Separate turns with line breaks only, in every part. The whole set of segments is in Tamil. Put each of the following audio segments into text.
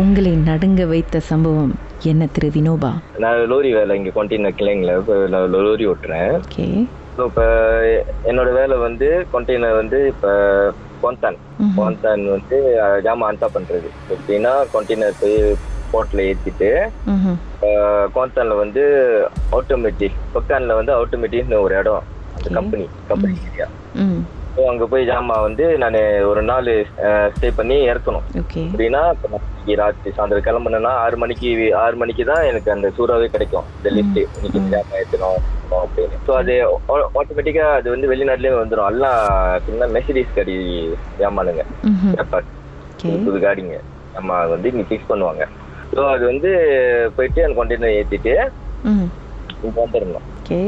உங்களை நடுங்க வைத்த சம்பவம் என்ன திரு வினோபா
நான் லோரி வேலை இங்கே கொண்டெய்னர் கிளைங்கள இப்போ நான் லோரி ஓட்டுறேன்
ஓகே
ஸோ இப்போ என்னோட வேலை வந்து கொண்டெய்னர் வந்து இப்போ கோந்தான் கோந்தான் வந்து அஹ், ஜாமான் அன்டா பண்ணுறது எப்படின்னா கொண்டெய்னர் போய் போர்ட்டில் ஏற்றிட்டு
ம்ஹும்.
கோந்தானில் வந்து ஆட்டோமேட்டிக் கொக்கானில் வந்து ஆட்டோமேட்டிக்னு ஒரு இடம் அந்த கம்பெனி கம்பெனி ஏரியா
ம்
ஸோ அங்கே போய் ஜாமான் வந்து நான் ஒரு நாள் ஸ்டே பண்ணி இறக்கணும்
ஓகே
எப்படின்னா இப்ப நான் இன்னைக்கு ராத்திரி சாயந்தரம் கிளம்புனேன்னா ஆறு மணிக்கு ஆறு மணிக்கு தான் எனக்கு அந்த சூறாவே கிடைக்கும் இந்த லிஸ்ட் இன்னைக்கு இந்த ஜாமான் ஏற்றணும் அப்படின்னு ஸோ அது ஆட்டோமேட்டிக்கா அது வந்து வெளிநாட்டுலயே வந்துடும் எல்லாம் பின்ன மெசேஜஸ் கடி ஜாமானுங்க
ம்ஹும்.
ஜப்பான்
ஓகே
புது காடிங்க நம்ம வந்து இன்னைக்கு ஃபிக்ஸ் பண்ணுவாங்க ஸோ அது வந்து போயிட்டு அந்த கொண்டெய்னர் ஏற்றிட்டு
ம்
இங்கே வந்துடணும்
ஓகே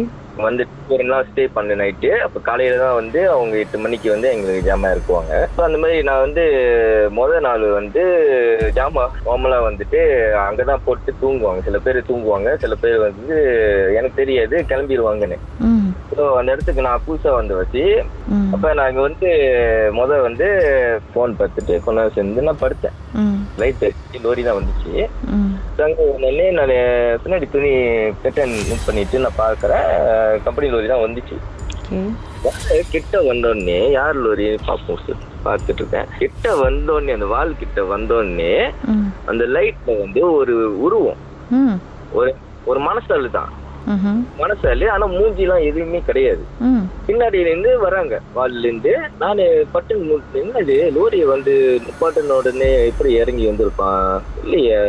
வந்துட்டு ஒரு நாள் ஸ்டே பண்ண நைட்டு அப்போ காலையில தான் வந்து அவங்க எட்டு மணிக்கு வந்து எங்களுக்கு ஜாமான் இருக்குவாங்க ஸோ அந்த மாதிரி நான் வந்து முத நாள் வந்து ஜாமான் நார்மலாக வந்துட்டு அங்கே தான் போட்டு தூங்குவாங்க சில பேர் தூங்குவாங்க சில பேர் வந்து எனக்கு தெரியாது கிளம்பிடுவாங்கன்னு
ம்
ஸோ அந்த இடத்துக்கு நான் புதுசாக வந்து வச்சு
ம்
அப்போ நான் இங்கே வந்து முத வந்து ஃபோன் பார்த்துட்டு கொஞ்ச நேரம் சேர்ந்து நான் படுத்தேன்
ம்
லைட்டு லோரி தான் வந்துச்சு
ம்
அங்கே உடனே நான் பின்னாடி துணி கட்டன் மூவ் பண்ணிட்டு நான் பார்க்குறேன் கம்பெனி லோரி தான் வந்துச்சு
ஓகே
வாலு கிட்ட வந்தோடனே யார் லோரி பார்ப்போம் சார் பார்த்துட்டு இருக்கேன் கிட்ட வந்தோடனே அந்த வால் கிட்ட வந்தோடனே
ம்
அந்த லைட்ல வந்து ஒரு உருவம்
ம்
ஒரு ஒரு மனசாலு தான்
ம்ஹும்.
மனசாலு ஆனா மூஞ்சிலாம் எதுவுமே கிடையாது
ம்
பின்னாடியில இருந்து வராங்க வால்ல இருந்து நான் பட்டன் மூட்டு என்னது லோரி வந்து நிப்பாட்டின உடனே எப்படி இறங்கி வந்திருப்பான் இல்லையே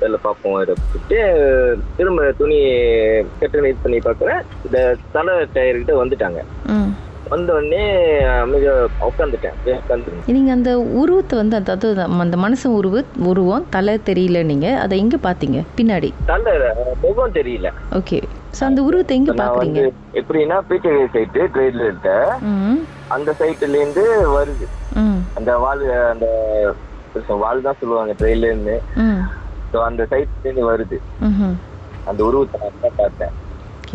வேலை பார்ப்போம் இதை பார்த்துட்டு திரும்ப துணி கட்டணி இது பண்ணி பார்க்குறேன் இந்த தலை டயர்கிட்ட வந்துட்டாங்க
ம்
வந்தோடனே அமைதியா உட்காந்துட்டேன் உட்காந்துருந்தேன்
நீங்கள் அந்த உருவத்தை வந்து அதாவது அந்த மனசு உருவு உருவம் தலை தெரியல நீங்கள் அதை எங்கே பார்த்தீங்க பின்னாடி
தலை முகம் தெரியல
ஓகே ஸோ அந்த உருவத்தை எங்கே
நான்
பார்க்குறீங்க
வந்து எப்படின்னா பீட்டகை சைட்டு ட்ரெயின்ல இருக்க
ம்
அந்த சைட்டுல இருந்து வருது
ம்
அந்த வால் அந்த வால் தான் சொல்லுவாங்க ட்ரெயின்லேருந்து
ம்
ஸோ அந்த சைட்ல இருந்து வருது
ம்ஹும்.
அந்த உருவத்தை நான் தான் பார்த்தேன்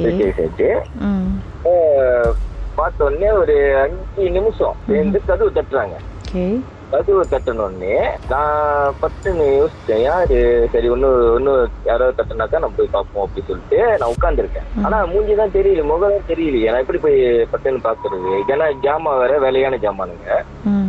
ஓகே
பீட்டகை சைட்டு
ம்
பார்த்த உடனே ஒரு அஞ்சு நிமிஷம் சேர்ந்து கதவு தட்டுறாங்க
ஓகே
கதவு தட்டினோடனே நான் பட்டுன்னு யோசிச்சேன் யாரு சரி ஒன்னும் ஒன்னும் யாராவது தட்டினாக்கா நம்ம போய் பார்ப்போம் அப்படின்னு சொல்லிட்டு நான் உட்காந்துருக்கேன் ஆனா மூஞ்சி தான் தெரியல முகம் தான் தெரியலையே நான் எப்படி போய் பட்டுன்னு பாக்குறது ஏன்னா ஜாமான் வேற வேலையான ஜாமானுங்க
ம்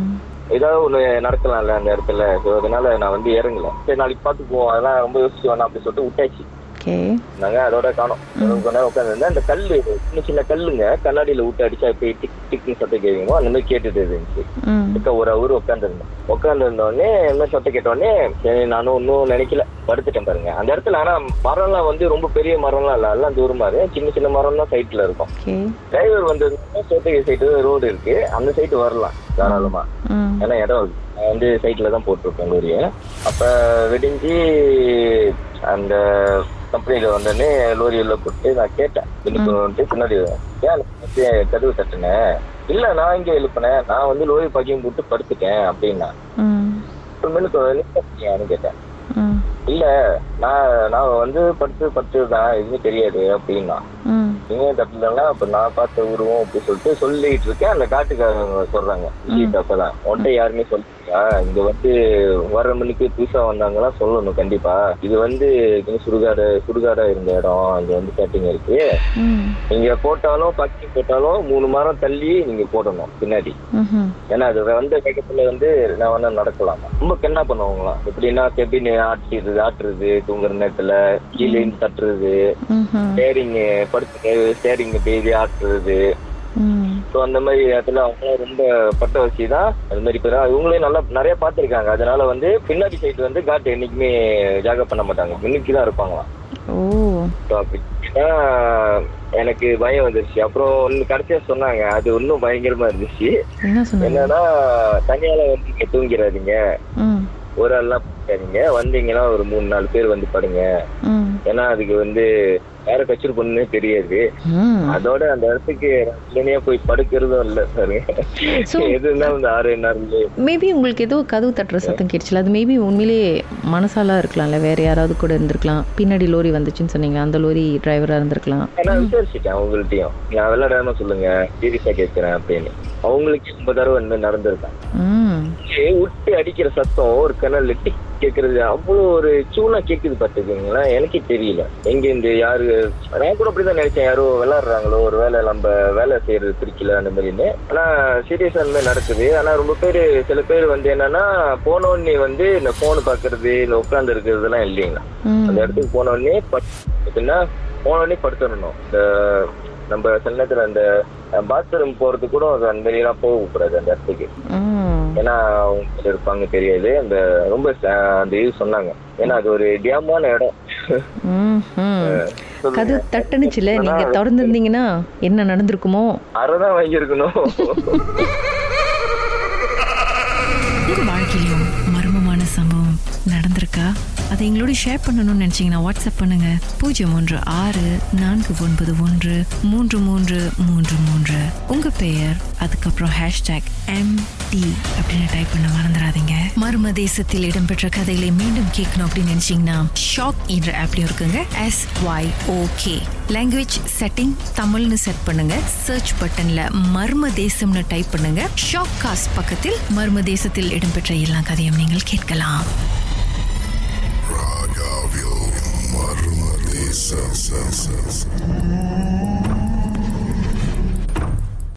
ஏதாவது ஒண்ணு நடக்கலாம்ல அந்த இடத்துல ஸோ அதனால நான் வந்து இறங்கல சரி நாளைக்கு பார்த்துக்குவோம் அதெல்லாம் ரொம்ப யோசிச்சு வேணாம் அப்படின்னு சொல்லிட்டு விட்டாச்சு
ஓகே
நாங்க அதோட காணோம் கொஞ்ச நேரம் உட்காந்துருந்தேன் அந்த கல் சின்ன சின்ன கல்லுங்க கண்ணாடியில விட்டு அடிச்சா போய் டிக் டிக்னு சத்தம் கேட்குமோ அந்த மாதிரி கேட்டுட்டு இருந்துச்சு
ம்
இருக்க ஒரு அவரு உட்காந்துருந்தேன் உட்காந்துருந்தோடனே என்ன சத்தம் கேட்டோடனே சரி நானும் ஒன்றும் நினைக்கல படுத்துட்டேன் பாருங்க அந்த இடத்துல ஆனா மரம்லாம் வந்து ரொம்ப பெரிய மரம்லாம் இல்ல எல்லாம் தூரமா இருக்கு சின்ன சின்ன மரம்லாம் சைட்ல இருக்கும்
ஓகே
டிரைவர் வந்ததுன்னா சோத்தகை சைடு ரோடு இருக்கு அந்த சைடு வரலாம் தாராளமா
ம்
ஏன்னா இடம் இருக்கு. நான் வந்து சைட்ல தான் போட்டிருக்கேன் லோரிய அப்ப விடிஞ்சு அந்த கம்பெனியில வந்தோடனே லோரி உள்ள போட்டு நான் கேட்டேன் இழுக்கணும்ட்டு பின்னாடி ஏன் வந்து கதவு தட்டினேன் இல்ல நான் இங்க எழுப்பினேன் நான் வந்து லோரி பாக்கியம் போட்டு படுத்துட்டேன் அப்படின்னா
ம்
அப்புறமேலுக்கு கேட்டேன்
ம்
இல்ல நான் நான் வந்து படுத்து படுத்துதான் எதுவுமே தெரியாது அப்படின்னா
ம்
நீங்க தப்பிலன்னா அப்ப நான் பார்த்த உருவம் அப்படி சொல்லிட்டு சொல்லிட்டு இருக்கேன் அந்த காட்டுக்காரங்க சொல்றாங்க இல்லையா அப்பதான் உன்ட்ட யாருமே சொல்லியா இங்க வந்து வர மணிக்கு புதுசா வந்தாங்கன்னா சொல்லணும் கண்டிப்பா இது வந்து இங்க சுடுகாடு சுடுகாடா இருந்த இடம் அங்க வந்து கேட்டிங் இருக்கு
ம்
நீங்க போட்டாலும் பக்கி போட்டாலும் மூணு மரம் தள்ளி நீங்க போடணும் பின்னாடி
ம்ஹும்.
ஏன்னா அது வந்த வேகத்துல வந்து நான் வேணா நடக்கலாம் ரொம்ப கென்னா பண்ணுவாங்களாம் எப்படின்னா கெபின் ஆட்டுறது ஆட்டுறது தூங்குற நேரத்துல கீழே தட்டுறது
ம்ஹும்.
ஸ்டேரிங் படுத்து ஸ்டேரிங் டெய்லி ஆட்டுறது
ம்
ஸோ அந்த மாதிரி இடத்துல அவங்களும் ரொம்ப பட்ட வச்சு தான் அது மாதிரி இப்போ இவங்களே நல்லா நிறைய பார்த்துருக்காங்க அதனால வந்து பின்னாடி சைடு வந்து காட்டு என்னைக்குமே ஜாக பண்ண மாட்டாங்க முன்னுக்கு தான் இருப்பாங்களாம்
ஓ
ஸோ அப்படின்னா எனக்கு பயம் வந்துருச்சு அப்புறம் ஒன்று கடைசியாக சொன்னாங்க அது இன்னும் பயங்கரமா இருந்துச்சு
என்ன சொன்னீங்க Mm,
என்னன்னா தனியால வந்து நீங்க தூங்கிடாதீங்க
ம்
ஒரு ஆள்லாம் படுக்காதீங்க வந்தீங்கன்னா ஒரு மூணு நாலு பேர் வந்து படுங்க
ம்
ஏன்னா அதுக்கு வந்து யாரை கச்சூர் பண்ணுன்னே தெரியாது
ம்
அதோட அந்த இடத்துக்கு தனியா போய் படுக்கிறதும் இல்ல பாருங்க
So-
எதுன்னா இந்த ஆறு நாள்
மேபி உங்களுக்கு ஏதோ கதவு தட்டுற சத்தம் கேட்டுச்சுல அது மேபி உண்மையிலேயே மனசாலா இருக்கலாம்ல வேற யாராவது கூட இருந்திருக்கலாம் பின்னாடி லோரி வந்துச்சுன்னு சொன்னீங்க அந்த லோரி டிரைவரா இருந்திருக்கலாம்
நான் விசாரிச்சுட்டேன் உங்கள்ட்டையும் நான் விளையாடாம சொல்லுங்க சீரியஸா கேட்கிறேன் அப்படின்னு அவங்களுக்கு ரொம்ப தடவை இந்த மாதிரி நடந்திருக்காங்க
ம்
ஏ, உட்டு அடிக்கிற சத்தம் ஒரு கிணல் டிக் கேக்குறது அவ்வளோ ஒரு சூனா கேக்குது பாத்துக்கீங்களா எனக்கே தெரியல எங்க இந்த யாரு நான் கூட அப்படிதான் நினைச்சேன் யாரோ விளையாடுறாங்களோ ஒரு வேலை நம்ம வேலை செய்யறது பிடிக்கல அந்த மாதிரின்னு ஆனா சீரியஸா அந்த மாதிரி நடக்குது ஆனா ரொம்ப பேர் சில பேர் வந்து என்னன்னா போனோடனே வந்து இந்த போன் பாக்குறது இந்த உட்கார்ந்து இருக்கிறதுலாம் இல்லைங்களா
ம்
அந்த இடத்துக்கு போனோடனே பட்டுன்னா போனோடனே படுத்துடணும் இந்த நம்ம சில நேரத்துல அந்த பாத்ரூம் போறது கூட அந்த மாதிரிலாம் போகக்கூடாது அந்த இடத்துக்கு
ம்
ஏன்னா அவங்க எப்படி இருப்பாங்க தெரியாது அந்த ரொம்ப ச- அந்த இது சொன்னாங்க ஏன்னா அது ஒரு டியாமான இடம்
ம் ம் mm-hmm. கதவு தட்டுனுச்சுல நீங்க திறந்துருந்தீங்கன்னா என்ன நடந்திருக்குமோ
அறதான் வாங்கியிருக்கணும்
உங்க வாழ்க்கையிலும் மர்மமான சம்பவம் நடந்திருக்கா அதை எங்களோட ஷேர் பண்ணணும்னு நினைச்சீங்கன்னா வாட்ஸ்அப் பண்ணுங்க பூஜ்ஜியம் ஒன்று ஆறு நான்கு ஒன்பது ஒன்று மூன்று மூன்று மூன்று மூன்று உங்க பெயர் அதுக்கப்புறம் ஹேஷ்டேக் எம் டி அப்படின்னு டைப் பண்ண மறந்துடாதீங்க மர்ம தேசத்தில் இடம்பெற்ற கதைகளை மீண்டும் கேட்கணும் அப்படின்னு நினைச்சீங்கன்னா ஷாக் என்ற ஆப்லயும் இருக்குங்க S Y okay language setting தமிழ்னு செட் பண்ணுங்க சர்ச் பட்டன்ல மர்ம தேசம்னு டைப் பண்ணுங்க ஷாக் காஸ்ட் பக்கத்தில் மர்ம தேசத்தில் இடம்பெற்ற எல்லா கதையும் நீங்கள் கேட்கலாம்
Agavio, Marma, Lisa, Sansa,